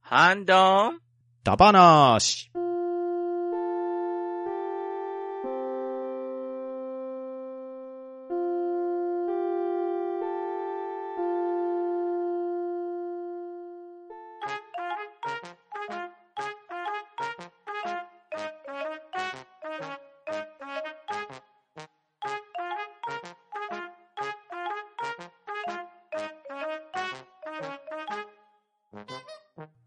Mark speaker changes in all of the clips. Speaker 1: ハンドン。
Speaker 2: ダバナーシ。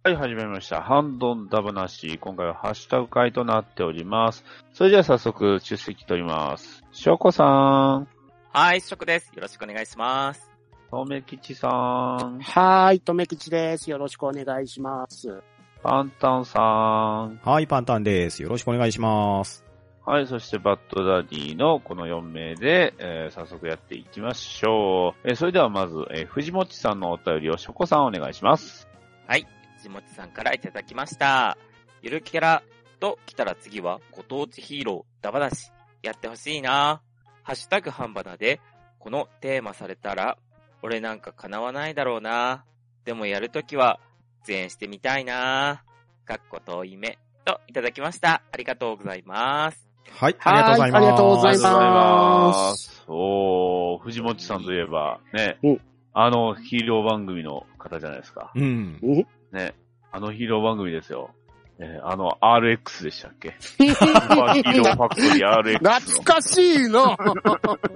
Speaker 3: はい、始めました。ハンドンダブなし。今回はハッシュタグ会となっております。それじゃあ早速、出席取ります。しょうこさん、
Speaker 1: はい、試食です。よろしくお願いします。
Speaker 3: とめきちさん、
Speaker 4: はーい、とめきちです。よろしくお願いします。
Speaker 3: パンタンさん、
Speaker 2: はい、パンタンです。よろしくお願いします。
Speaker 3: はい、そしてバッドダディのこの4名で、えー早速やっていきましょう。えーそれではまず、えー藤もちさんのお便りをしょこさんお願いします。
Speaker 1: はい、藤本さんからいただきました。ゆるキャラと来たら次はご当地ヒーローダバダシやってほしいな。ハッシュタグ半ばなでこのテーマされたら俺なんか叶わないだろうな。でもやるときは出演してみたいな。かっこ遠い目といただきました。ありがとうございます。
Speaker 2: はい、ありがとうございます。
Speaker 4: はいありがとうございます
Speaker 3: す。おー、藤もちさんといえば、ね
Speaker 4: うん、
Speaker 3: あのヒーロー番組の方じゃないですか。
Speaker 2: うん。
Speaker 3: ね、あのヒーロー番組ですよ。ね、あの RX でしたっ けスーパーヒーローファクトリー RX の。
Speaker 4: 懐かしいな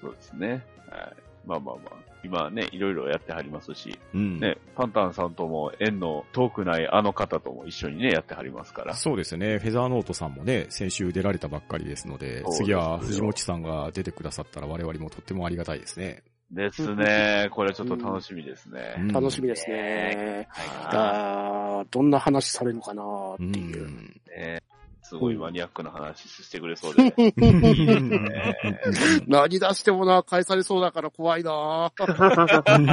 Speaker 3: そうですね。はい。まあまあまあ。今ね、いろいろやってはりますし、
Speaker 2: うん。
Speaker 3: ね、パンタンさんとも縁の遠くないあの方とも一緒にね、やってはりますから。
Speaker 2: そうですね。フェザーノートさんもね、先週出られたばっかりですので、
Speaker 3: そうですよ
Speaker 2: 次は藤持さんが出てくださったら我々もとってもありがたいですね。
Speaker 3: ですね。これはちょっと楽しみですね。
Speaker 4: 楽し
Speaker 2: み。
Speaker 4: みですね。
Speaker 1: は
Speaker 4: あーどんな話されるのかな
Speaker 2: う
Speaker 4: っていう。
Speaker 2: ん。
Speaker 3: ねすごいマニアックな話してくれそうで、ね。
Speaker 2: いいですね
Speaker 4: 何出してもな、返されそうだから怖いな
Speaker 3: 確かに。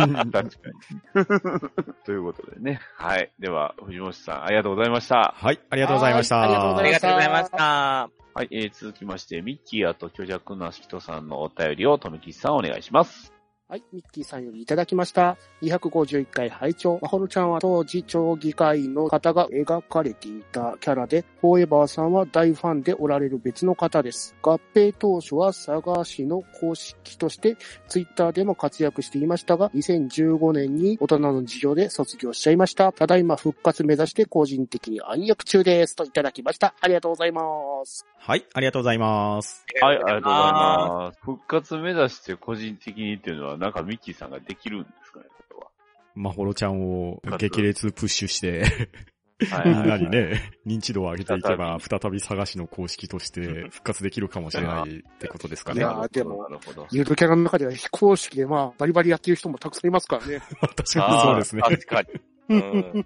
Speaker 3: ということでね。はい。では、藤本さん、ありがとうございました。
Speaker 2: はい、ありがとうございました。
Speaker 4: はいありがとうご
Speaker 1: いありが
Speaker 4: ざいます
Speaker 1: とうございました。
Speaker 3: はい、えー続きまして、ミッキーあと虚弱な人さんのお便りを、とめきちさんお願いします。
Speaker 4: はい、ミッキーさんよりいただきました。251回拝聴まほろちゃんは当時、町議会の方が描かれていたキャラで、フォーエバーさんは大ファンでおられる別の方です。合併当初は佐賀市の公式として、ツイッターでも活躍していましたが、2015年に大人の事情で卒業しちゃいました。ただいま復活目指して個人的に暗躍中です。といただきました。ありがとうございます。
Speaker 2: はい、ありがとうございます。
Speaker 3: はい、ありがとうございます。復活目指して個人的にっていうのは、なんかミッキーさんができるんですかね、こ
Speaker 2: まほろちゃんを激烈プッシュして、
Speaker 3: れは。は
Speaker 2: み
Speaker 3: い。
Speaker 2: んなにね、 認知度を上げていけ ば、再び探しの公式として復活できるかもしれないってことですか
Speaker 3: な
Speaker 2: ね。確
Speaker 3: るほど。
Speaker 4: やーでも
Speaker 3: なるほど。
Speaker 4: ゆるキャラの中では非公式でまあ、バリバリやってる人もたくさんいますからね。
Speaker 2: かに そうですね。
Speaker 3: あー確かに。
Speaker 1: うん、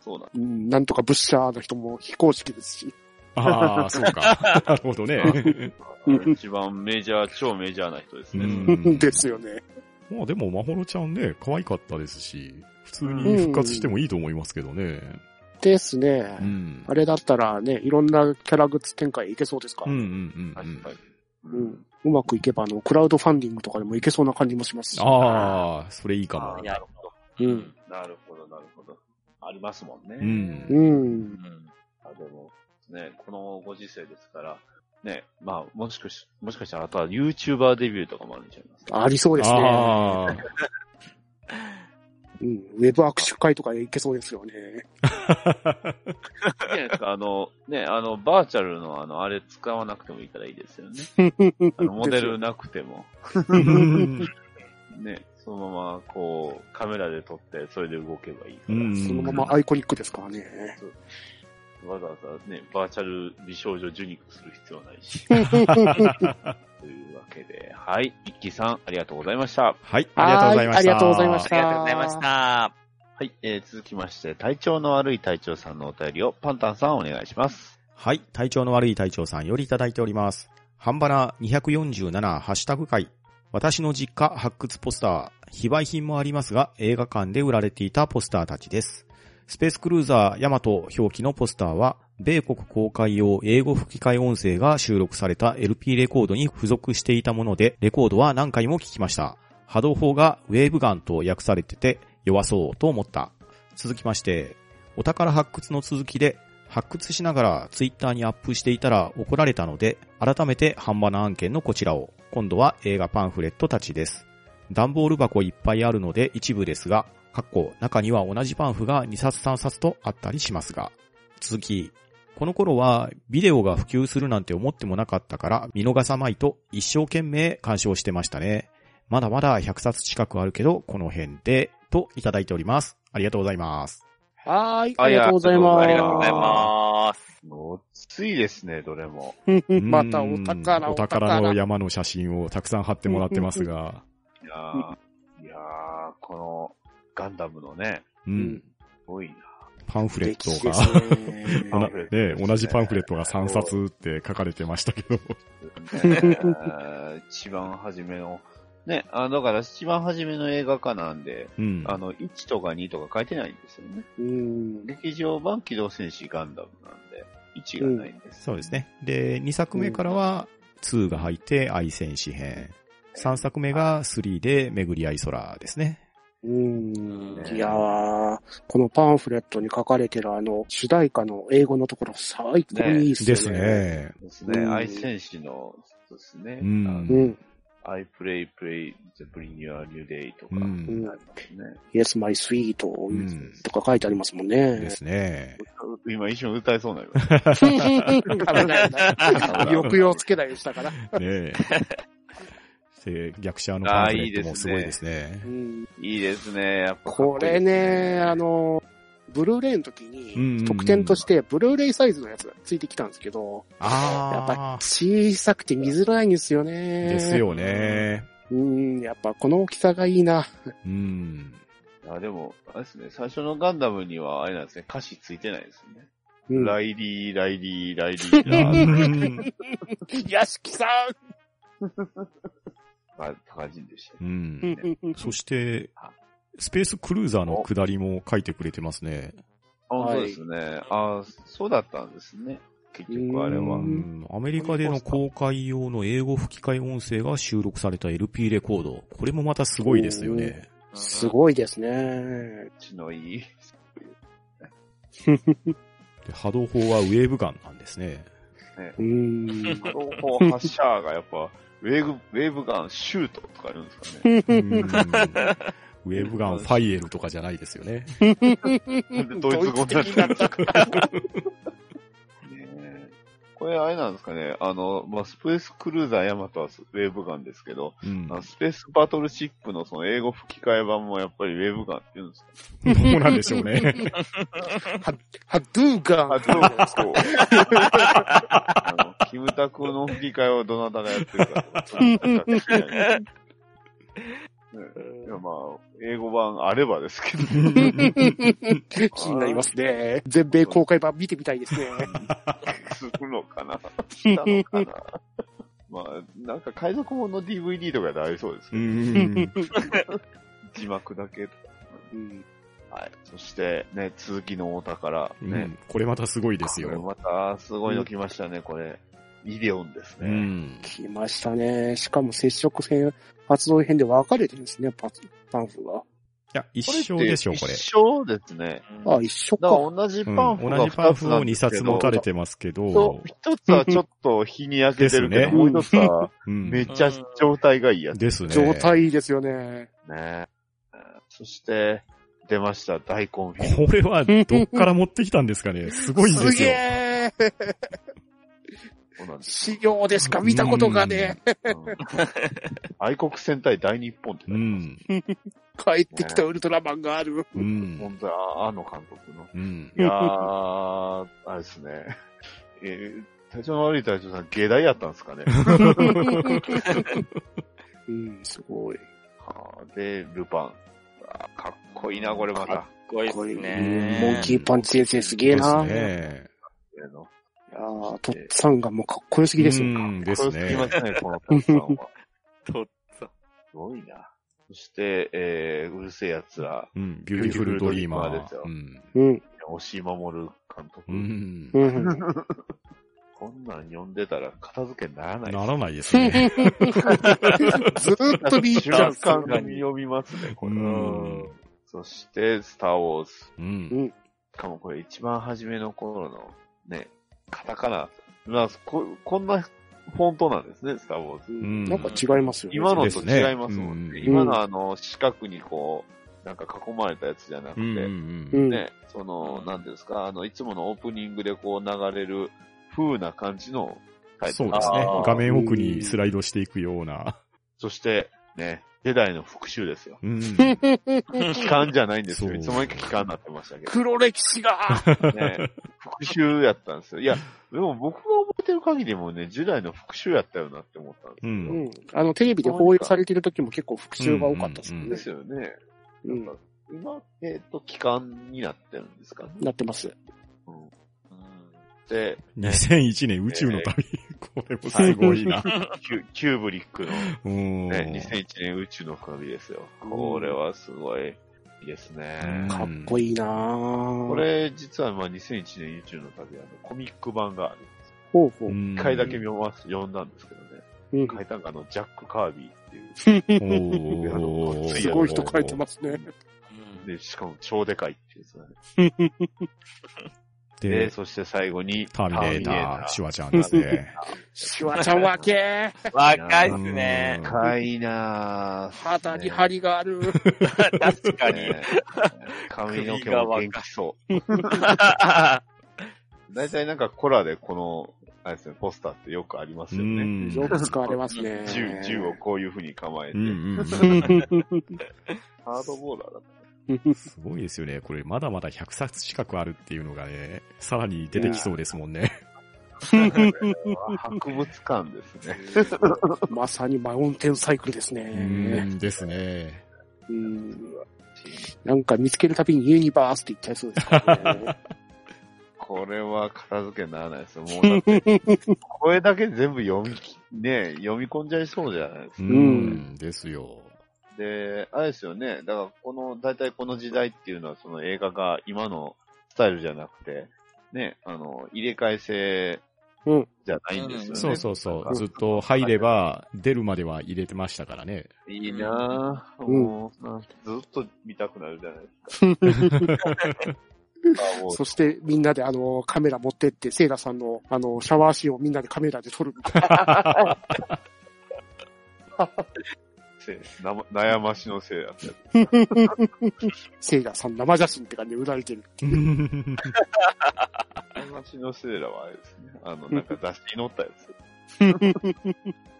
Speaker 3: そうなん
Speaker 4: うんなんとかブッシャーの人も非公式ですし。
Speaker 2: ああ、そうか。なるほど ね。
Speaker 3: だ。一番メジャー、超メジャーな人ですね。
Speaker 2: うん
Speaker 4: ですよね。
Speaker 2: まあでも、まほろちゃんね、可愛かったですし、普通に復活してもいいと思いますけどね。
Speaker 4: です
Speaker 2: う
Speaker 4: ね。
Speaker 2: ん。
Speaker 4: あれだったらね、いろんなキャラグッズ展開いけそうですか
Speaker 2: うんうんうんう
Speaker 3: 確
Speaker 2: ん
Speaker 3: か。に。
Speaker 4: う。んうまくいけば、あの、クラウドファンディングとかでもいけそうな感じもしますし。
Speaker 2: ああ、それいいか
Speaker 3: あー
Speaker 2: も。
Speaker 3: なるほど。
Speaker 4: うん。
Speaker 3: なるほど、なるほど。ありますもんね。
Speaker 2: うん
Speaker 4: う。
Speaker 3: うんん。あでも、ね、このご時世ですから、ね、まあ、もしかし、もしかしたら、あとは YouTuber デビューとかもあるんじゃないですか。
Speaker 4: ありそうですね。
Speaker 2: ああ、
Speaker 4: うん。ウェブ握手会とかいけそうですよね。
Speaker 3: いいじゃないですか。あの、ね、あの、バーチャルの、あの、あれ使わなくてもいいからいい ですよね。あの、モデルなくても。
Speaker 2: うん
Speaker 3: ね、そのまま、こう、カメラで撮って、それで動けばいいか
Speaker 2: う
Speaker 3: ら。
Speaker 2: ん
Speaker 4: そのままアイコニックですからね。
Speaker 3: わざわざね、バーチャル美少女受肉する必要ない し。というわけで、はい。一輝さん、ありがとうございました。
Speaker 2: はい、ありがとうございました。
Speaker 4: はいありがとうございまし
Speaker 1: ありがとうございました。
Speaker 3: はい、えー続きまして、体調の悪い隊長さんのお便りをパンタンさんお願いします。
Speaker 2: はい、体調の悪い隊長さんよりいただいております。ハンバナ247ハッシュタグ会。私の実家発掘ポスター。非売品もありますが、映画館で売られていたポスターたちです。スペースクルーザーヤマト表記のポスターは、米国公開用英語吹き替え音声が収録された LP レコードに付属していたもので、レコードは何回も聞きました。波動砲がウェーブガンと訳されてて、弱そうと思った。続きまして、お宝発掘の続きで、発掘しながらツイッターにアップしていたら怒られたので、改めて半端な案件のこちらを、今度は映画パンフレットたちです。段ボール箱いっぱいあるので一部ですが、かっこ中には同じパンフが2冊3冊とあったりしますが。続き、この頃はビデオが普及するなんて思ってもなかったから見逃さまいと一生懸命鑑賞してましたね。まだまだ100冊近くあるけど、この辺で、といただいております。ありがとうございます。
Speaker 4: はーい。
Speaker 3: は
Speaker 4: あ
Speaker 3: い
Speaker 4: りがとうございます。
Speaker 1: ありがとうございます。
Speaker 3: ごっついですね、どれも。
Speaker 4: す。
Speaker 2: うん
Speaker 4: またお宝、
Speaker 2: お宝の山の写真をたくさん貼ってもらってますが。
Speaker 3: いやー、いやーこのガンダムのね、
Speaker 2: う
Speaker 4: うんん。。
Speaker 3: すごいな。
Speaker 2: パンフレット
Speaker 4: 歴
Speaker 2: が、
Speaker 4: 史 です
Speaker 3: あ
Speaker 4: ね
Speaker 3: の
Speaker 2: ね、同じパンフレットが3冊って書かれてましたけど。
Speaker 3: ね一番初めの、ね、あだから一番初めの映画化なんで、
Speaker 2: うん。
Speaker 3: あの、1とか2とか書いてないんですよね。
Speaker 4: うん。
Speaker 3: 劇場版機動戦士ガンダムなんで、1がないんです。
Speaker 2: そうですね。で、2作目からは2が入って愛戦士編。3作目が3で巡り合い空ですね。
Speaker 4: うん
Speaker 3: ね
Speaker 4: いやー、このパンフレットに書かれてるあの、主題歌の英語のところ最高にいいっすね。
Speaker 2: です。ね。
Speaker 3: ですね。
Speaker 4: うん
Speaker 3: 愛戦士の、そうですね。
Speaker 2: うん
Speaker 3: あの
Speaker 4: うん。
Speaker 3: I play, play the bring your new day とか、
Speaker 2: う
Speaker 3: ね
Speaker 2: ん。
Speaker 4: Yes, my sweet
Speaker 2: うん
Speaker 4: とか書いてありますもん
Speaker 2: で
Speaker 4: ね。
Speaker 2: すね。
Speaker 3: 今一瞬歌えそうになりました
Speaker 4: 危ないな。
Speaker 3: よく
Speaker 4: 抑揚つけないでしたから。
Speaker 2: ねえ。で逆者のパンフレットもすごいですね
Speaker 4: う。ん
Speaker 3: いいですね。やっぱかっ
Speaker 4: こ
Speaker 3: こいいで
Speaker 4: れ
Speaker 3: す
Speaker 4: ね、あ、の、ブルーレイの時
Speaker 2: うんうんう
Speaker 4: に、
Speaker 2: ん
Speaker 4: 特典として、ブルーレイサイズのやつがついてきたんですけど、やっぱ
Speaker 2: ああ。
Speaker 4: 小さくて見づらいんですよね。
Speaker 2: です。よね。
Speaker 4: うん、やっぱこの大きさがいいな。
Speaker 2: うん。
Speaker 3: あでも、あれですね、最初のガンダムには、あれなんですね、歌詞ついてないですね。
Speaker 4: うん
Speaker 3: ライリー、ライリー、ライリー、ラー
Speaker 2: うん
Speaker 4: 屋敷さ
Speaker 3: まあ、高人でした
Speaker 2: う
Speaker 3: ね。
Speaker 2: ん。
Speaker 4: ん
Speaker 2: そして、スペースクルーザーの下りも書いてくれてますね。
Speaker 3: あ、そうですね。あそうだったんですね。結局あれ
Speaker 2: う
Speaker 3: は。
Speaker 2: んアメリカでの公開用の英語吹き替え音声が収録された LP レコード。これもまたすごいですよね。
Speaker 4: すごいですね。
Speaker 3: 血のいい。
Speaker 2: で波動砲はウェーブガンなんですね。
Speaker 4: うん。
Speaker 3: 情報発射がやっぱ、ウェーブ、ウェーブガン、シュートとかあるんですかね。
Speaker 2: うんウェーブガンファイエルとかじゃないですよね。
Speaker 3: なんで ドイツ語になってるんですかねえこれあれなんですかね、あの、まあ、スペースクルーザーヤマトはウェーブガンですけど、
Speaker 2: うん
Speaker 3: あ。のスペースバトルシップのその英語吹き替え版もやっぱりウェーブガンって言うんですか
Speaker 2: どうなんでしょうね。
Speaker 4: ハドゥーガ
Speaker 3: あ、
Speaker 4: ン。
Speaker 3: そうそう。あの、キムタクの吹き替えをどなたがやってるかとか。ねいやまあ、英語版あればですけど。
Speaker 4: 気になりますね。全米公開版見てみたいですね。
Speaker 3: するのかなしたのかなまあ、なんか海賊本の DVD とかでありそうです
Speaker 2: う
Speaker 3: けど、
Speaker 2: ん
Speaker 3: 字幕だけとか。
Speaker 4: うん
Speaker 3: はい。そして、ね、続きのお宝。
Speaker 2: う
Speaker 3: ね。
Speaker 2: んこれまたすごいです
Speaker 3: これ
Speaker 2: よ。
Speaker 3: また、すごいの来ましたね、これ。イデオンです
Speaker 2: う
Speaker 3: ね。
Speaker 2: ん
Speaker 4: 来ましたね。しかも接触編、発動編で分かれてるんですね、パパンフが。
Speaker 2: いや、一
Speaker 3: こ
Speaker 2: 生
Speaker 3: れって
Speaker 2: でしょう、これ。
Speaker 3: 一緒ですね。
Speaker 4: あ、一緒
Speaker 3: だ
Speaker 4: か。
Speaker 3: から同じ
Speaker 2: う
Speaker 3: パ
Speaker 2: ん
Speaker 3: ンフが
Speaker 2: 同じパンフを2
Speaker 3: 二
Speaker 2: 冊持たれ
Speaker 3: て
Speaker 2: てますけ
Speaker 3: そ
Speaker 2: ど
Speaker 3: う、。一つはちょっと日に焼けてるけ
Speaker 2: で
Speaker 3: ど、
Speaker 2: す
Speaker 4: ね
Speaker 3: もう一つは
Speaker 2: うん
Speaker 3: めっちゃ状態がいいやつ
Speaker 2: ですね。
Speaker 4: 状態いいですよね。
Speaker 3: ね。そして、出ました、大根フィルム。
Speaker 2: これはどっから持ってきたんですか ね。すごいんですすよ。
Speaker 4: げえ
Speaker 3: そうなんです
Speaker 4: 資料でしか見たことがね、
Speaker 3: うん愛国戦隊大日本って書いて
Speaker 2: う
Speaker 3: ます。
Speaker 2: ん。
Speaker 4: 帰ってきたウルトラマンがある。
Speaker 2: うん。
Speaker 3: 本当は、あの監督の。
Speaker 2: うん。
Speaker 3: いやー、あれですね。えー、体調の悪い隊長さん、芸大やったんで すかね。
Speaker 4: うん、すごい。
Speaker 3: はあで、ルパン。あーかっこいいな、これま
Speaker 1: か
Speaker 3: た。
Speaker 1: ごいっすね。
Speaker 4: モンキーパンチ先生すげえな。
Speaker 2: ですね。
Speaker 3: あの
Speaker 4: いやートッツァンがもうかっこよすぎですよ。
Speaker 2: うんです
Speaker 3: これ好き
Speaker 2: ね。
Speaker 3: ますね、この隊長さんは。
Speaker 1: とっさ。
Speaker 3: すごい な。そして、えー、うるせえ奴ら、
Speaker 2: うん。ビューティフルドリーマ
Speaker 3: ビューティ
Speaker 2: ー。
Speaker 3: フ
Speaker 2: うん。
Speaker 4: うん。
Speaker 3: 押井守監督。
Speaker 2: うん。
Speaker 4: うん。
Speaker 3: こんなん読んでたら片付けにならない
Speaker 2: ならないですね。
Speaker 4: ずーっと見入っちゃう
Speaker 3: 瞬
Speaker 4: んですよ
Speaker 3: 間に読みますね、これ。
Speaker 2: うん
Speaker 3: そして、スター・ウォーズ。
Speaker 2: う
Speaker 4: うん
Speaker 2: ん。
Speaker 3: しかもこれ一番初めの頃の、ね、カタカナ。まあ、こ、こんなフォントなんですね、スター・ウォーズ。
Speaker 2: うん
Speaker 4: なんか違いますよね。
Speaker 3: 今の
Speaker 2: です
Speaker 3: と
Speaker 2: ね
Speaker 3: 違いますもんね。
Speaker 2: うん
Speaker 3: 今のあの、四角にこう、なんか囲まれたやつじゃなく
Speaker 2: う
Speaker 3: て、
Speaker 2: ん。う。
Speaker 4: うんん。
Speaker 3: ね、その、なんていうんですか、あの、いつものオープニングでこう流れる風な感じのタイト
Speaker 2: そう
Speaker 3: ル
Speaker 2: ですね
Speaker 1: あ。ー
Speaker 2: 画面奥にスライドしていくような。
Speaker 3: そして、ね、ジェダイの復讐ですよ。
Speaker 2: うん。
Speaker 3: 期間じゃないんですよ。
Speaker 2: そう
Speaker 3: いつの間にか期間になってましたけ
Speaker 4: 黒歴史が
Speaker 3: どね。復讐やったんですよ。いや、でも僕が覚えてる限りもね、ジェダイの復讐やったよなって思ったんです
Speaker 2: う。
Speaker 3: よ。
Speaker 4: うんん。あの、テレビで放映されてる時も結構復讐が多かったですもん
Speaker 2: うん
Speaker 4: ね
Speaker 3: で。すよね。
Speaker 4: う
Speaker 3: なん
Speaker 4: ん
Speaker 3: か。今、えっ、と、期間になってるんですかね。
Speaker 4: なってます。
Speaker 3: うんうんで、
Speaker 2: 2001年宇宙の旅。これもすごいな。
Speaker 3: キュキューブリックの
Speaker 2: うん。
Speaker 3: ね、2001年宇宙の旅ですよ。これはすごいですね
Speaker 2: うん。
Speaker 4: かっこいいなぁ
Speaker 3: こ、れ、実はまあ2001年宇宙の旅、あの、コミック版があるんです。
Speaker 4: ほうほう。
Speaker 2: うん
Speaker 3: 一回だけ。読ます、読んだんですけどね。
Speaker 4: うん
Speaker 3: 書いたのがあの、ジャック・カービーっていう。
Speaker 2: おー
Speaker 4: すごい人書いてますね。
Speaker 1: うん
Speaker 3: で、しかも超でかいっていうやつだね。で、
Speaker 2: で、
Speaker 3: そして最後に、
Speaker 2: ターミネーター、シュワちゃんです
Speaker 3: ターミネー
Speaker 2: ね。
Speaker 3: ター
Speaker 4: シュワちゃんわけ
Speaker 1: 若いっすね。
Speaker 3: 深いなぁ。
Speaker 4: 肌に張りがある。
Speaker 1: 確か に。
Speaker 3: ね髪の毛も元気そう。大体なんかコラでこの、あれですね、ポスターってよくあります
Speaker 2: う
Speaker 3: よね。
Speaker 2: ん。
Speaker 4: よく使われますね。
Speaker 3: 銃、銃をこういう風に構えて
Speaker 2: う、んうん。
Speaker 3: ハードボー ラーだっ
Speaker 2: すごいですよね。これまだまだ100冊近くあるっていうのがね、さらに出てきそうですもんね。
Speaker 3: た。博物館ですね。
Speaker 4: まさにマウンテンサイクルです
Speaker 2: う
Speaker 4: ね。
Speaker 2: ん、ですね。
Speaker 4: うんなんか見つけるたびにユニバースって言っちゃいそうですからね。
Speaker 3: これは片付けにならないですよ。もうだって、 これだけ全部読みき、ね、読み込んじゃいそうじゃないです
Speaker 2: う
Speaker 3: か。
Speaker 2: ん、ですよ。
Speaker 3: で、あれですよね。だからこの、大体この時代っていうのはその映画が今のスタイルじゃなくて、ね、あの、入れ替え制
Speaker 4: うん
Speaker 3: じゃないんですよね。
Speaker 1: ん
Speaker 2: そうそうそ
Speaker 3: なんか
Speaker 2: う。ずっと入れば、出るまでは入れてましたから ね。
Speaker 3: いいなぁ。
Speaker 4: うん
Speaker 3: もう、なんかずっと見たくなるじゃ ないですか。あもう
Speaker 4: そしてみんなであのカメラ持ってって、セイラさんのあのシャワーシーンをみんなでカメラで撮るみたいな。
Speaker 3: せなま悩ましのせいだったよ
Speaker 4: セイラさん生写真って感じで売られてる。
Speaker 3: 悩ましのせいだはあれ ですね。あの、なんか雑誌に載ったやつ。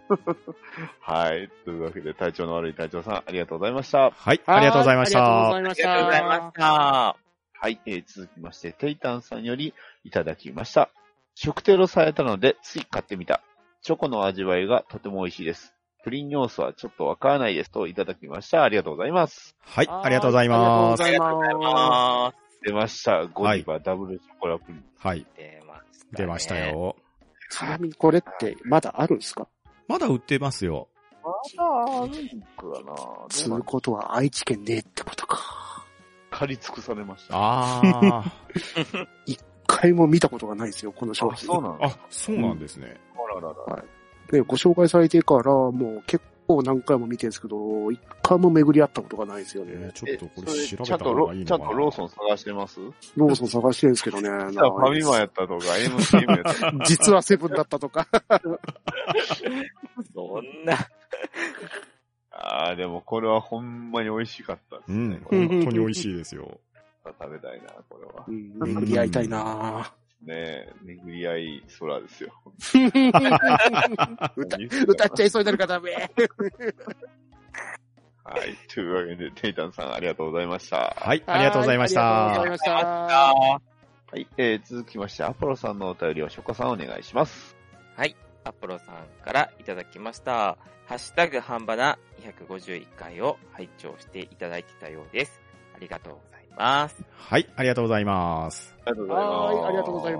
Speaker 3: はい。というわけで、体調の悪い隊長さん、ありがとうございました。
Speaker 2: はい、ありがとうございまし
Speaker 4: は
Speaker 2: た。
Speaker 4: いあ
Speaker 1: あり
Speaker 4: りが
Speaker 1: がとうございまし。た。
Speaker 3: はい、えー続きまして、テイタンさんよりいただきました。食テロされたので、つい買ってみた。チョコの味わいがとても美味しいです。プリン要素はちょっとわからないですといただきました。ありがとうございます。
Speaker 2: はい、ありがとうございます。
Speaker 4: ありがとうございま
Speaker 1: あ
Speaker 3: 出ました。ゴディバダブルチョコラプリン。
Speaker 2: はい、
Speaker 1: ー出ました、ね。
Speaker 2: 出ました。よ。
Speaker 4: す。ちなみにこれってまだあるんですか
Speaker 2: まだ売ってますよ。
Speaker 3: まだあるんかな
Speaker 4: つうことは愛知県ねってことか。
Speaker 3: 借り尽くされました。
Speaker 2: あ
Speaker 4: 一回も見たことがないですよ、この商品。
Speaker 3: そうなの
Speaker 2: あ。あ、 そうなんですね。
Speaker 3: あららら。
Speaker 4: で、ご紹介されてから、もう結構何回も見てるんですけど、一回も巡り合ったことがないですよ
Speaker 2: えー
Speaker 4: ね。
Speaker 2: ちょっとこれ調べた
Speaker 3: ちゃんと
Speaker 2: 方
Speaker 3: ロ
Speaker 2: がいい
Speaker 3: ちゃ
Speaker 2: の
Speaker 3: ん
Speaker 2: か
Speaker 3: と
Speaker 2: な。
Speaker 3: ローソン探してます
Speaker 4: ローソン探してるんですけどね。
Speaker 3: 実はファミマやったとか、MCM やったと か。
Speaker 4: 実はセブンだったとか。
Speaker 1: そんな。
Speaker 3: ああ、でもこれはほんまに美味しかったです
Speaker 2: う
Speaker 3: ね
Speaker 2: ん、。
Speaker 3: これ
Speaker 2: 本当に美味しいですよ。
Speaker 3: 食べたいな、これは。
Speaker 4: うん、巡り合いたいな
Speaker 3: ねえ、巡り合い空ですよ。
Speaker 4: ぁ歌 歌っちゃいそうになるからダメ。
Speaker 3: はい。というわけで、テイタンさんありがとうございました。
Speaker 2: はい、ありがとうございまし
Speaker 4: ありがとう
Speaker 2: た。
Speaker 4: ございました。
Speaker 1: あ
Speaker 3: はい。えー、続きまして、アポロさんのお便りをショコさんお願いします。
Speaker 1: アポロさんからいただきました。ハッシュタグ半ばな251回を拝聴していただいてたようです。ありがとうございます。
Speaker 2: はい、ありがとうございます。
Speaker 3: ありがとう
Speaker 4: はい、ありがとうござい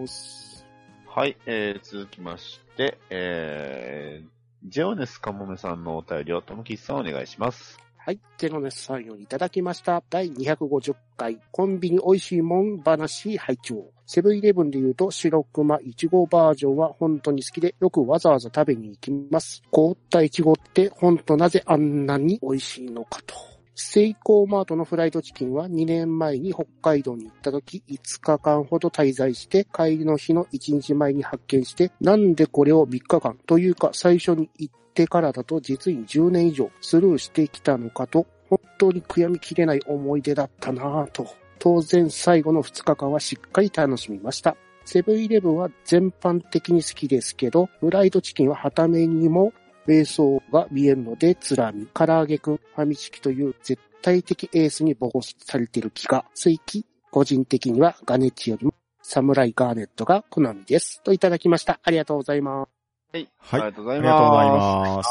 Speaker 4: ます。
Speaker 3: す。はい。えー、続きまして、えー、ジェオネスカモメさんのお便りをともきちさんお願いします。
Speaker 4: はい、ゼロネスさんよりいただきました。第250回、コンビニ美味しいもん話拝聴。セブンイレブンで言うと、白熊いちごバージョンは本当に好きで、よくわざわざ食べに行きます。凍ったいちごって、本当なぜあんなに美味しいのかと。セイコーマートのフライドチキンは2年前に北海道に行った時5日間ほど滞在して帰りの日の1日前に発見してなんでこれを3日間というか最初に行ってからだと実に10年以上スルーしてきたのかと本当に悔やみきれない思い出だったなぁと当然最後の2日間はしっかり楽しみました。セブンイレブンは全般的に好きですけど、フライドチキンは旗目にも瞑想が見えるので、つらみ、唐揚げくん、ファミチキという絶対的エースにボコされている気が、ついき、個人的にはガネッチよりも、サムライガーネットが好みです。といただきました。ありがとうございます。
Speaker 3: はい。
Speaker 2: はい
Speaker 3: ありがとうご
Speaker 2: あ
Speaker 3: ざい
Speaker 2: り
Speaker 3: ます。
Speaker 2: がとうございます。
Speaker 3: す。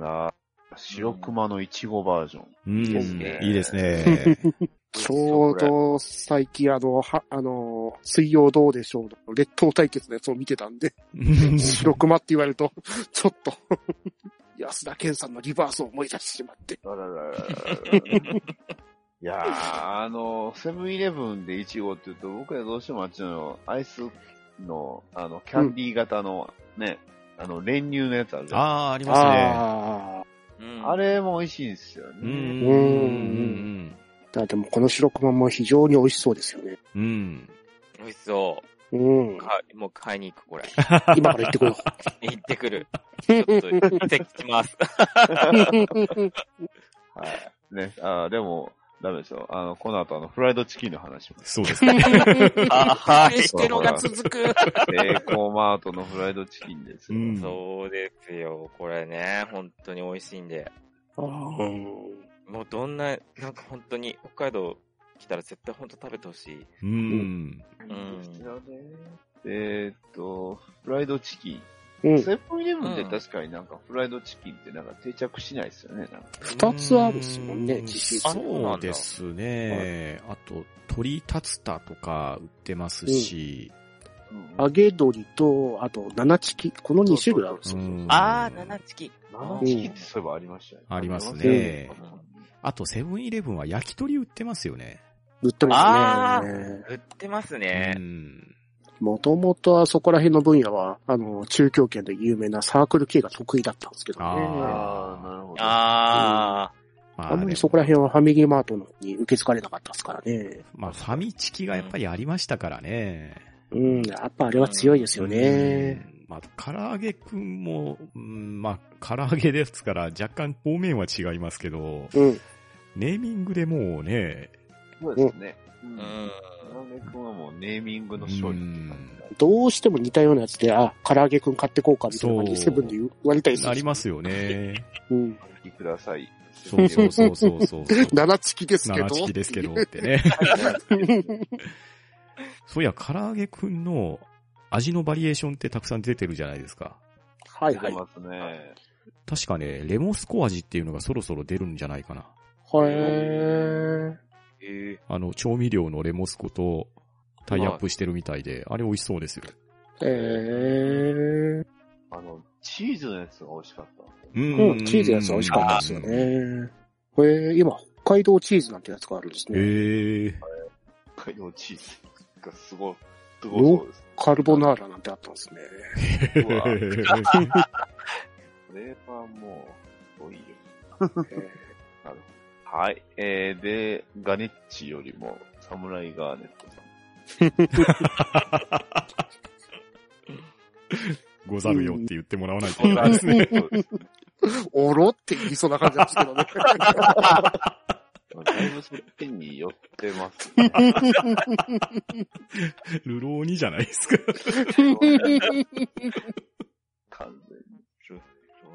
Speaker 3: あー白熊のいちごバージョン。
Speaker 2: うん、いい
Speaker 3: いい
Speaker 2: で
Speaker 3: ですす
Speaker 2: ね
Speaker 3: ね。
Speaker 4: ちょうど最近あの、は、あの、水曜どうでしょうの列島対決のやつを見てたんで、白熊って言われると、 ちょっと、安田健さんのリバースを思い出してしまって。
Speaker 3: あらららららいやー、あの、セブンイレブンでイチゴって言うと、僕はどうしてもあっちのアイスの、あの、キャンディー型のね、あの、練乳のやつあるじゃん。
Speaker 2: あ
Speaker 3: あ
Speaker 2: ー、ありますね。
Speaker 4: あ
Speaker 1: うん
Speaker 3: あれも美味しいんですよね。
Speaker 2: うんうん
Speaker 4: あ。だでもこの白熊も非常に美味しそうですよね。
Speaker 2: うんうん。うん。
Speaker 1: 美味しそうう。
Speaker 4: ん。
Speaker 1: かもう買いに行く、こ れ。
Speaker 4: 今から行ってこよ
Speaker 1: 行ってく る。ちょっと、行ってきます。
Speaker 4: う。
Speaker 3: はい。ね、あーでも、ダメですよ。あの、この後あの、フライドチキンの話も。
Speaker 2: そうですね。
Speaker 1: あ はい。
Speaker 4: してろが続く。
Speaker 3: エーコーマートのフライドチキンですよ。
Speaker 2: うん
Speaker 1: そうですよ。これね、本当に美味しいんで。もうどんな、なんか本当に北海道来たら絶対本当食べてほしい。
Speaker 2: うん。
Speaker 1: ん
Speaker 3: ですよね。えーっと、フライドチキン。
Speaker 4: うん。
Speaker 3: セブンイレブンって確かになんかフライドチキンってなんか定着しないですよね。なんか
Speaker 4: 二つあるっすもんね
Speaker 2: う
Speaker 4: 実質
Speaker 2: そうですね。あと、鳥竜田とか売ってますし。
Speaker 3: うん
Speaker 4: 揚げ鶏と、あと、七チキ。この2種類あるんです
Speaker 2: う
Speaker 4: よ。
Speaker 2: ん
Speaker 1: あー、七チキ。
Speaker 3: 生チキンってそういえばありましたよね。
Speaker 2: ありますねあと、セブンイレブンは焼き鳥売ってますよね。
Speaker 4: 売って
Speaker 1: あ
Speaker 4: ますね。
Speaker 1: ー、売ってます
Speaker 2: う
Speaker 1: ね。
Speaker 2: ん。
Speaker 4: もともとはそこら辺の分野は、あの、中京圏で有名なサークル系が得意だったんですけどね。
Speaker 3: ああ、なるほど。
Speaker 1: あ
Speaker 2: ま
Speaker 4: あんまり
Speaker 2: で
Speaker 4: そ
Speaker 2: も
Speaker 4: こら辺はファミリーマートの方に受け継がれなかったですからね。
Speaker 2: まあ、ファミチキがやっぱりありましたからね。
Speaker 4: うん、やっぱあれは強いですよね。
Speaker 2: うん。まあ、唐揚げくんも、うん、まあ、唐揚げですから若干方面は違いますけど、
Speaker 4: うん。
Speaker 2: ネーミングでもうね、
Speaker 3: そうですね。う
Speaker 1: ー。
Speaker 3: ん。
Speaker 1: う
Speaker 3: 山
Speaker 1: ん。
Speaker 3: 根くんはもうネーミングの勝利って感じだ
Speaker 4: どうしても似たようなやつで、あ、唐揚げくん買ってこうかみたいな感じで
Speaker 2: そう
Speaker 4: セブンで言われたりする。
Speaker 2: ありますよね。
Speaker 4: うん。
Speaker 3: お聞きください。
Speaker 2: そうそうそうそうそう。
Speaker 4: 七チキですけど。
Speaker 2: 七チキですけどってね。そういや、唐揚げくんの味のバリエーションってたくさん出てるじゃないですか。
Speaker 4: はい
Speaker 3: 出
Speaker 4: は
Speaker 3: て
Speaker 4: い。
Speaker 3: ますね。
Speaker 2: 確かね、レモスコ味っていうのがそろそろ出るんじゃないかな。
Speaker 4: へ
Speaker 1: え
Speaker 2: あの、調味料のレモスコとタイアップしてるみたいで、あれ美味しそうですよ。
Speaker 4: え。へ
Speaker 3: あの、チーズのやつが美味しかった。
Speaker 4: え。うん、チーズやつ美味しかったですよね。へえ、今、北海道チーズなんてやつがあるんですね。
Speaker 2: へ え。
Speaker 3: 北海道チーズがすごい、すごそうです。
Speaker 4: カルボナーラなんてあったんですね。
Speaker 3: うわこ
Speaker 2: う
Speaker 3: れはもう、 すごいよ。
Speaker 4: へえ
Speaker 3: はい。えー、で、ガネッチよりも、サムライガーネットさん。
Speaker 2: ござるよって言ってもらわないと
Speaker 3: そ
Speaker 2: いうけないですね。
Speaker 3: ですね。
Speaker 4: おろって言いそうな感じなんですけどね。
Speaker 3: だいぶそっちに寄ってますね。
Speaker 2: ルローニじゃないですか。
Speaker 3: 完全に。
Speaker 1: ど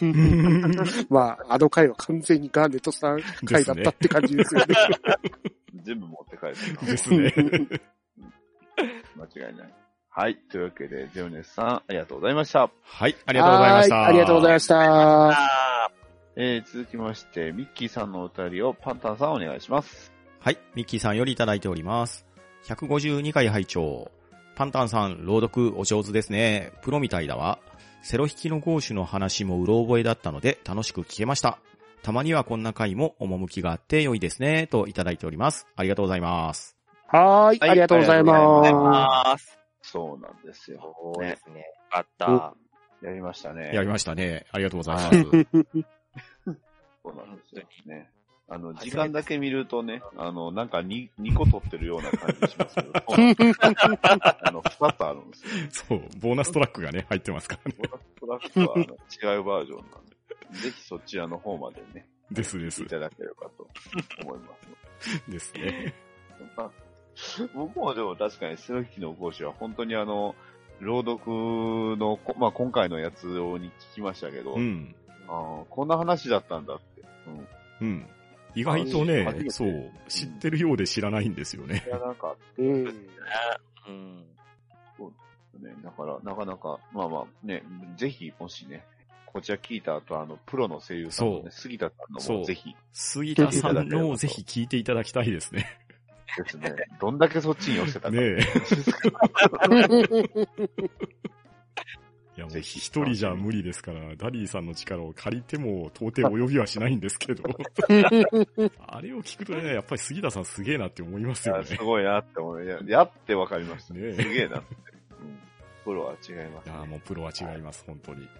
Speaker 1: うにかね。
Speaker 4: まあ、あの回は完全にガーネットさん 回だったって感じですよね。
Speaker 3: 全部持って帰った
Speaker 2: ですね。
Speaker 3: な。間違いない。はい。というわけで、ゼオネスさん、ありがとうございました。
Speaker 2: はい、あ
Speaker 4: あ
Speaker 2: りがとうございました。
Speaker 4: ありがとうございました。
Speaker 1: あ
Speaker 3: えー、続きまして、ミッキーさんのお便りをパンタンさんお願いします。
Speaker 2: はい、ミッキーさんよりいただいております。152回拝聴パンタンさん、朗読お上手ですね。プロみたいだわ。セロ引きのゴーシュの話もうろ覚えだったので楽しく聞けました。たまにはこんな回も趣があって良いですね、といただいております。ありがとうございます。
Speaker 4: はーい、
Speaker 3: はい
Speaker 4: ありがとうござい
Speaker 3: ありがとうござい
Speaker 1: ー
Speaker 4: ま
Speaker 1: あー、
Speaker 3: そうなんですよ。
Speaker 1: そうですね。あった。
Speaker 3: やりましたね。
Speaker 2: やりましたね。ありがとうございます。
Speaker 4: す。
Speaker 3: そうなんですよ
Speaker 1: 本
Speaker 3: ね。あ
Speaker 1: 初
Speaker 3: の、
Speaker 1: めて
Speaker 3: 時間だけ見るとね、あの、なんかに2個取ってるような感じします けど、あの、2つあるんです
Speaker 2: そ
Speaker 3: よ。
Speaker 2: う、ボーナストラックがね、入ってますからね。
Speaker 3: ボーナストラックはあの違うバージョンなんで、ぜひそちらの方 までね、
Speaker 2: ですで
Speaker 3: い
Speaker 2: す。
Speaker 3: ただければと思います。
Speaker 2: ですね。
Speaker 3: まあ 僕もでも確かに、セロキの講師は本当にあの、朗読のこ、まあ、今回のやつをに聞きましたけど、
Speaker 2: うん。
Speaker 3: あーこんな話だったんだって。う
Speaker 2: う
Speaker 3: ん。
Speaker 2: ん。意外と
Speaker 3: 初め
Speaker 2: ね、
Speaker 3: て
Speaker 2: そう、知ってるようで知らないんですよね。
Speaker 3: いや、なんか、
Speaker 4: うん。
Speaker 1: うん。
Speaker 3: ね、だから、なかなか、まあまあ、ね、ぜひ、もしね、こちら聞いた後、あの、プロの声優さんの
Speaker 2: そう
Speaker 3: ね、杉田さんの
Speaker 2: そう
Speaker 3: もぜひ
Speaker 2: 杉田さんのをぜひ聞いていただきたいですね。
Speaker 3: ですね、 どんだけそっちに寄せたか。
Speaker 2: ねえ。 いやもう
Speaker 3: ぜひ
Speaker 2: 一人じゃ無理ですから、ダリーさんの力を借りても到底及びはしないんですけど、 あれを聞くとね、やっぱり杉田さんすげえなって思います
Speaker 3: い
Speaker 2: よ
Speaker 3: や
Speaker 2: ね。
Speaker 3: すごいなって思い、ややってわかりました。
Speaker 2: ねえ
Speaker 3: すげえなって。うん。プロは違います
Speaker 2: いやーもうプロは違います、本当に。うん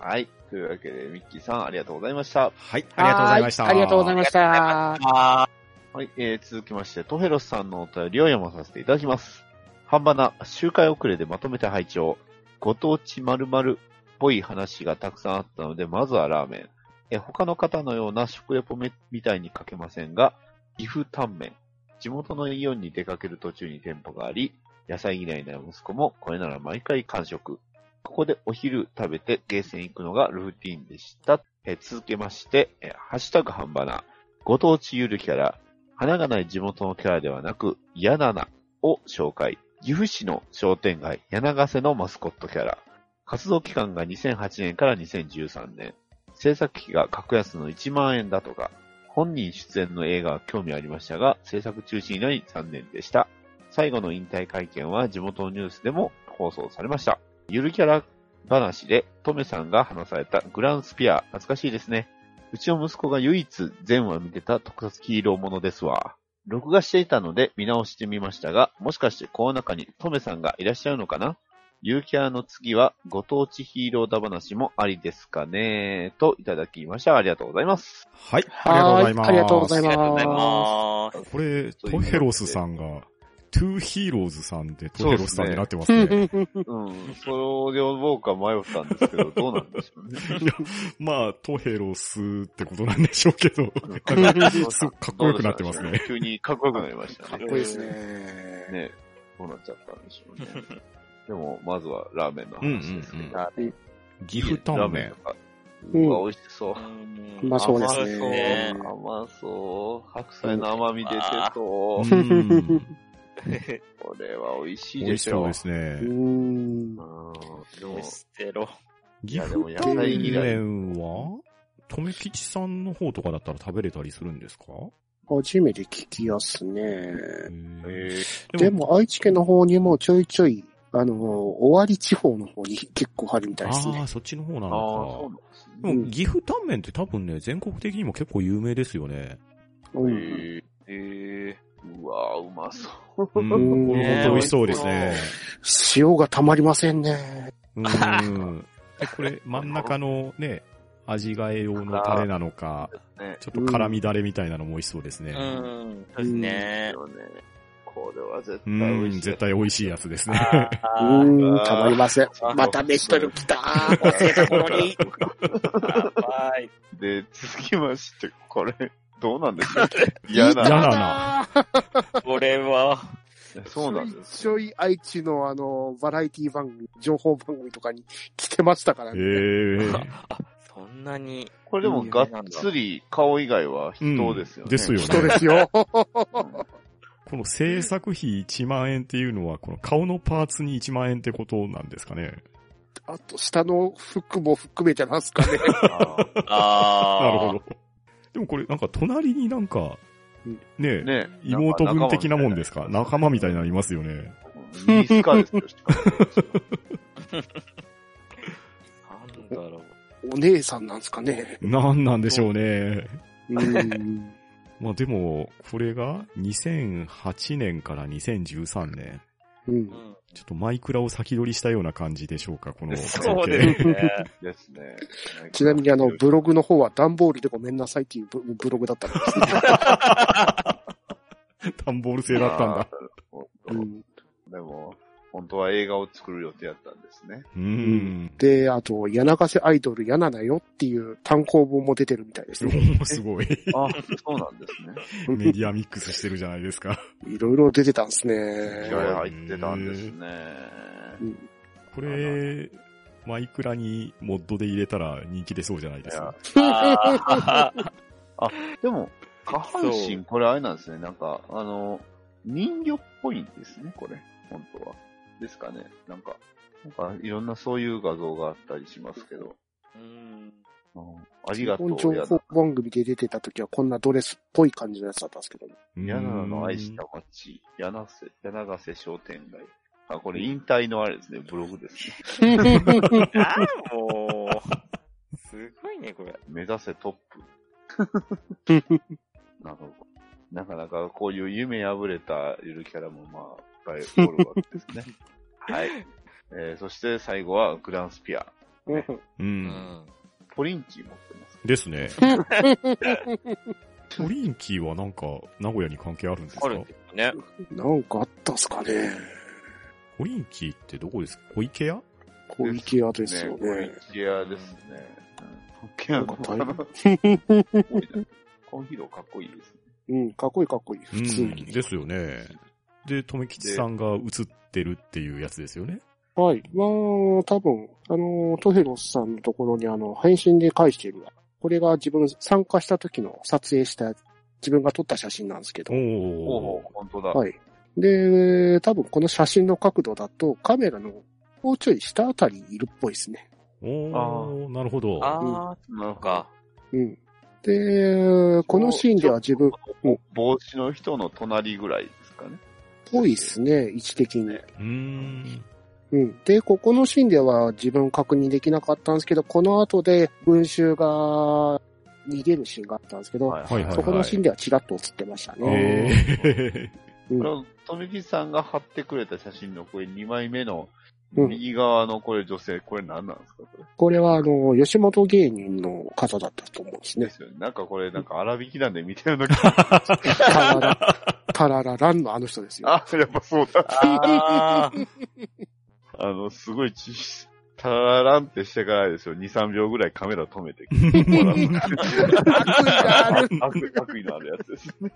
Speaker 3: はい。というわけで、ミッキーさん、ありがとうございました。
Speaker 2: はい、ありがとうございました。
Speaker 4: はありがとうござい
Speaker 2: ま
Speaker 4: ました。
Speaker 1: あ
Speaker 3: はい、えー、続きまして、トヘロスさんのお便りを読まさせていただきます。半ばな、周回遅れでまとめて拝聴。ご当地〇〇っぽい話がたくさんあったので、まずはラーメン。えー、他の方のような食レポめみたいに書けませんが、岐阜タンメン。地元のイオンに出かける途中に店舗があり、野菜嫌いな息子もこれなら毎回完食。ここでお昼食べてゲーセン行くのがルーティンでした。えー続けまして、えーハッシュタグ半ばな、ご当地ゆるキャラ、花がない地元のキャラではなく、ヤナナを紹介。岐阜市の商店街、柳瀬のマスコットキャラ。活動期間が2008年から2013年。制作費が格安の1万円だとか。本人出演の映画は興味ありましたが、制作中止になり残念でした。最後の引退会見は地元のニュースでも放送されました。ゆるキャラ話で、トメさんが話されたグランスピア、懐かしいですね。うちの息子が唯一全話見てた特撮ヒーローものですわ。録画していたので見直してみましたが、もしかしてこの中にトメさんがいらっしゃるのかなゆうキャーの次はご当地ヒーローだ話もありですかねといただきました。ありがとうございます。
Speaker 2: はい、ありがとうございます。
Speaker 4: はいありがとうござ
Speaker 1: あ
Speaker 4: い
Speaker 1: り
Speaker 4: ま
Speaker 1: が
Speaker 4: す
Speaker 1: とうございます。
Speaker 2: これ、トヘロスさんが、トゥーヒーローズさんでトヘロスさんになってますね。
Speaker 3: うん、それを僕は迷ったんですけど、どうなんでしょ うね。
Speaker 2: いや、まあ、トヘロスってことなんでしょうけど、 すごくかっこよくなってます ね。
Speaker 3: 急にかっこよくなりましたね。
Speaker 4: かっこいいですね。
Speaker 3: ね、どうなっちゃったんでしょうね。でも、まずはラーメンの話ですけど。
Speaker 2: うんうんうん
Speaker 3: ラーメン
Speaker 2: 岐阜タンメン
Speaker 3: ラー。とか。
Speaker 4: う
Speaker 3: うんわ美味しそう。
Speaker 1: う
Speaker 4: うん
Speaker 1: ん
Speaker 4: まあそうですね
Speaker 1: 甘
Speaker 3: 甘そう。甘そう。白菜の甘み出てそう。
Speaker 2: うん
Speaker 3: これは美味しい
Speaker 2: 美
Speaker 3: で
Speaker 2: 味し
Speaker 3: し
Speaker 2: そ
Speaker 3: ょ
Speaker 2: う
Speaker 3: う。
Speaker 2: ですね
Speaker 4: う。ん。
Speaker 3: うんで
Speaker 1: ど
Speaker 3: も
Speaker 1: うしてろ。
Speaker 2: 岐阜
Speaker 4: タンメ
Speaker 2: 麺は、富吉さんの方とかだったら食べれたりするんですか
Speaker 4: 初めて聞きやすね。
Speaker 2: へ
Speaker 3: え
Speaker 2: ー
Speaker 4: でも、愛知県の方にもちょいちょい、あの、尾張地方の方に結構あるみたいです
Speaker 2: あ
Speaker 4: ね
Speaker 2: あ、。そっちの方な
Speaker 3: ー、ああ、そ
Speaker 2: の
Speaker 3: う
Speaker 2: か。
Speaker 3: な
Speaker 2: で
Speaker 3: んですね。
Speaker 2: も、岐阜タンメンって多分ね、全国的にも結構有名ですよね。
Speaker 4: うん。
Speaker 3: えーえーうわーうまそう。
Speaker 2: うん、これ
Speaker 4: ん
Speaker 2: 本当美味しそうですね。
Speaker 4: 塩がたまりませんね。
Speaker 2: うん。で、これ、真ん中のね、味替え用のタレなのか、
Speaker 3: ね
Speaker 2: ちょっと辛味だれみたいなのも美味しそうですね。
Speaker 1: うん。そうですね。
Speaker 3: そうねこれは絶
Speaker 2: う
Speaker 3: 対美
Speaker 2: ん、
Speaker 3: 味しい。
Speaker 2: 絶対美味しいやつですね。
Speaker 4: う
Speaker 1: あー
Speaker 4: ーん、たまりません
Speaker 3: あ。ー
Speaker 4: また飯取る来たー。忘れた頃に。
Speaker 1: やばい。
Speaker 3: で、続きまして、これ、どうなんですか嫌
Speaker 2: 嫌
Speaker 3: な。
Speaker 2: だ
Speaker 4: な。
Speaker 1: これは、
Speaker 3: そうなんです。
Speaker 4: ちょいちょい愛知のあの、バラエティ番組、情報番組とかに来てましたから
Speaker 2: ええ
Speaker 4: ね。
Speaker 1: あ、そんなに。
Speaker 3: これでも、がっつり顔以外は人ですよね。
Speaker 2: ですよね。
Speaker 4: 人ですよ。
Speaker 2: この制作費1万円っていうのは、この顔のパーツに1万円ってことなんですかね。
Speaker 4: あと、下の服も含めてなんすかね。
Speaker 3: あー
Speaker 1: ああ。
Speaker 2: なるほど。でもこれなんか隣になんか
Speaker 4: うん、
Speaker 2: ね
Speaker 3: ね。。
Speaker 2: 妹分的なもんですすか仲間みたいになりますよね。
Speaker 3: ミニスカですよ、しかも
Speaker 1: なんだろう。
Speaker 4: お姉さんなんすかね。
Speaker 2: なんなんでしょうね。
Speaker 4: うん。
Speaker 2: まあでも、これが2008年から2013年。
Speaker 4: う。
Speaker 1: うんん。
Speaker 2: ちょっとマイクラを先取りしたような感じでしょうか、この。
Speaker 1: そう ですね。
Speaker 3: ですね。
Speaker 4: ちなみにあの、ブログの方は段ボールでごめんなさいっていうブブログだったんです、ね。
Speaker 2: ダンボール製だったんだ。
Speaker 4: う
Speaker 3: あー。
Speaker 4: ん
Speaker 3: でも、本当は映画を作る予定だったんですね。
Speaker 2: うーん。
Speaker 4: で、あと、柳ヶ瀬アイドル嫌ななよっていう単行本も出てるみたいですね。
Speaker 2: おーすごい。
Speaker 3: あ、そうなんですね。
Speaker 2: メディアミックスしてるじゃないですか。
Speaker 4: いろいろ出てたんです
Speaker 3: 気
Speaker 4: ね。
Speaker 3: 合入ってたんですね。
Speaker 4: うん
Speaker 2: これ、マイクラにモッドで入れたら人気出そうじゃないですか。
Speaker 1: あー
Speaker 3: でも、下半身、これあれなんですね。なんか、あの、人魚っぽいんですね、これ。本当は。ですかね。なんか、なんかいろんなそういう画像があったりしますけど。
Speaker 1: うん
Speaker 3: うんありがとう
Speaker 4: 日本、情
Speaker 3: や
Speaker 4: 報番組で出てた時はこんなドレスっぽい感じのやつだったんですけど、
Speaker 3: やなの愛した街、柳瀬、柳瀬商店街。あ、これ引退のあれですね、ブログですね。
Speaker 1: あー、もう。すごいね、これ。
Speaker 3: 目指せトップ。なるほど。なかなかこういう夢破れたゆるキャラもまあ、大フォロワーですね。 はい。えー、そして最後はグランスピア。
Speaker 2: う。
Speaker 1: うんん。
Speaker 3: ポリンキー持ってます。
Speaker 2: です ね。トリンキーはなんか、名古屋に関係あるんです
Speaker 1: あ
Speaker 2: か
Speaker 1: るんですよね。
Speaker 4: なんかあったっすかね。
Speaker 2: トリンキーってどこですか小池屋
Speaker 4: こういう系アですよ
Speaker 3: ポリン
Speaker 4: ね。
Speaker 3: キーですね。うん、ポッケアのかな
Speaker 4: なんか
Speaker 3: 多いなこのヒーローかっこいいですね。
Speaker 4: うん、かっこいいかっこいい。普通
Speaker 2: うん
Speaker 4: に。
Speaker 2: ですよね。で、とめきちさんが映ってるっていうやつですよね。
Speaker 4: はい。まあ、多分、あの、トヘロスさんのところにあの、配信で返しているわ。これが自分参加した時の撮影した、自分が撮った写真なんですけど
Speaker 2: お。
Speaker 3: おお
Speaker 2: お。
Speaker 3: 本当だ。
Speaker 4: はい。で、多分この写真の角度だとカメラのもうちょい下あたりにいるっぽいですね。
Speaker 2: おおなるほど。
Speaker 1: あ
Speaker 3: なん
Speaker 1: ー、か。
Speaker 4: うん。で、このシーンでは自分っ
Speaker 3: 帽子の人の隣ぐらいですかね。
Speaker 4: ぽいですね、位置的に。
Speaker 2: うーん。
Speaker 4: うん。で、ここのシーンでは自分確認できなかったんですけど、この後で群衆が逃げるシーンがあったんですけど、
Speaker 3: はい
Speaker 2: はいはいはい。
Speaker 4: そこのシーンではチラッと映ってました ね。
Speaker 2: え
Speaker 4: うん
Speaker 3: これは、富木さんが貼ってくれた写真のこれ2枚目の
Speaker 4: うん
Speaker 3: 右側のこれ女性、これ何なんですかこれ。
Speaker 4: これはあの、吉本芸人の方だったと思うんです
Speaker 3: で
Speaker 4: ね。
Speaker 3: すよね。なんかこれ、なんか粗引きなんで見てるのか。
Speaker 4: タララ、タララランのあの人ですよ。
Speaker 3: あ、やっぱそうだ。
Speaker 1: あー
Speaker 3: あの、すごいち、タラランってしてからですよ。2、3秒ぐらいカメラ止めて。
Speaker 4: 悪意がある
Speaker 3: 悪悪意のあるやつですね。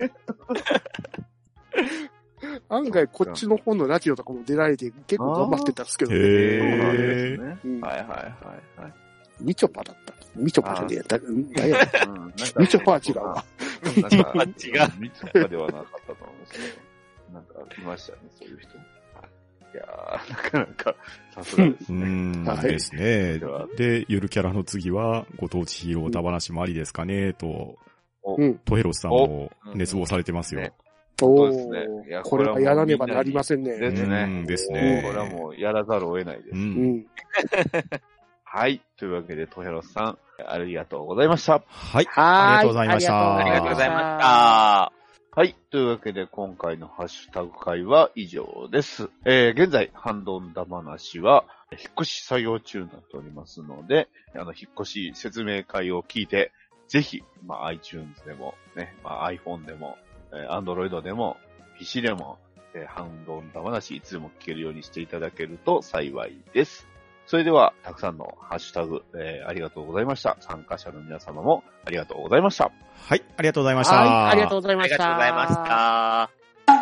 Speaker 4: 案外こっちの方のラジオとかも出られて結構頑張ってたんですけど
Speaker 2: あー
Speaker 4: ね。
Speaker 2: へー
Speaker 3: そうなんですね
Speaker 4: うん
Speaker 3: はいはいはいはい。
Speaker 4: みちょぱだった。みちょぱじゃねえだだ よ。
Speaker 3: うんなんか
Speaker 4: みちょぱは違うわ。
Speaker 3: なんか
Speaker 1: みちょぱ違
Speaker 3: みちょぱではなかったと思うんですけど、なんかいましたね、そういう人。いやー、なかなか、さすがです
Speaker 2: う
Speaker 3: ね。
Speaker 2: ん
Speaker 4: はい
Speaker 2: ですね
Speaker 3: で。は、
Speaker 2: で、ゆるキャラの次は、ご当地ヒーロー歌話もありですかね、と、
Speaker 4: うん。
Speaker 2: トヘロスさんも熱望されてますよ。
Speaker 3: ね
Speaker 4: お
Speaker 3: うです
Speaker 4: ー
Speaker 3: ねいや
Speaker 4: これはやらねばなりませんね。
Speaker 3: です
Speaker 2: う
Speaker 3: ね
Speaker 2: ん。ですね
Speaker 3: もうこれはもうやらざるを得ないです。
Speaker 4: う
Speaker 2: うん。
Speaker 4: ん。
Speaker 3: はい。というわけで、トヘロスさん、ありがとうございました。
Speaker 2: はい。
Speaker 4: はーい。
Speaker 2: ありがとうございました
Speaker 1: ありがとうございまし
Speaker 4: あ
Speaker 1: た。
Speaker 3: はい。というわけで、今回のハッシュタグ会は以上です。えー、現在、ハンドンダ話は、引っ越し作業中になっておりますので、あの、引っ越し説明会を聞いて、ぜひ、まあ、iTunes でも、ね、まあ、iPhone でも、えー Android でも、PC でも、えーハンドンダ話、いつでも聞けるようにしていただけると幸いです。それでは、たくさんのハッシュタグ、えーありがとうございました。参加者の皆様もありがとうございました。
Speaker 2: はい、ありがとうございまし
Speaker 4: りがとうございま
Speaker 1: あり
Speaker 2: た。
Speaker 4: した。はい。ありがとうございまし
Speaker 1: がと
Speaker 4: た。
Speaker 1: うございま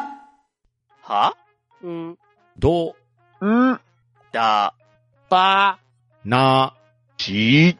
Speaker 1: した。。は
Speaker 4: うん。
Speaker 2: ど
Speaker 3: うん
Speaker 1: だ。
Speaker 4: ばー。
Speaker 2: う、な、
Speaker 3: ち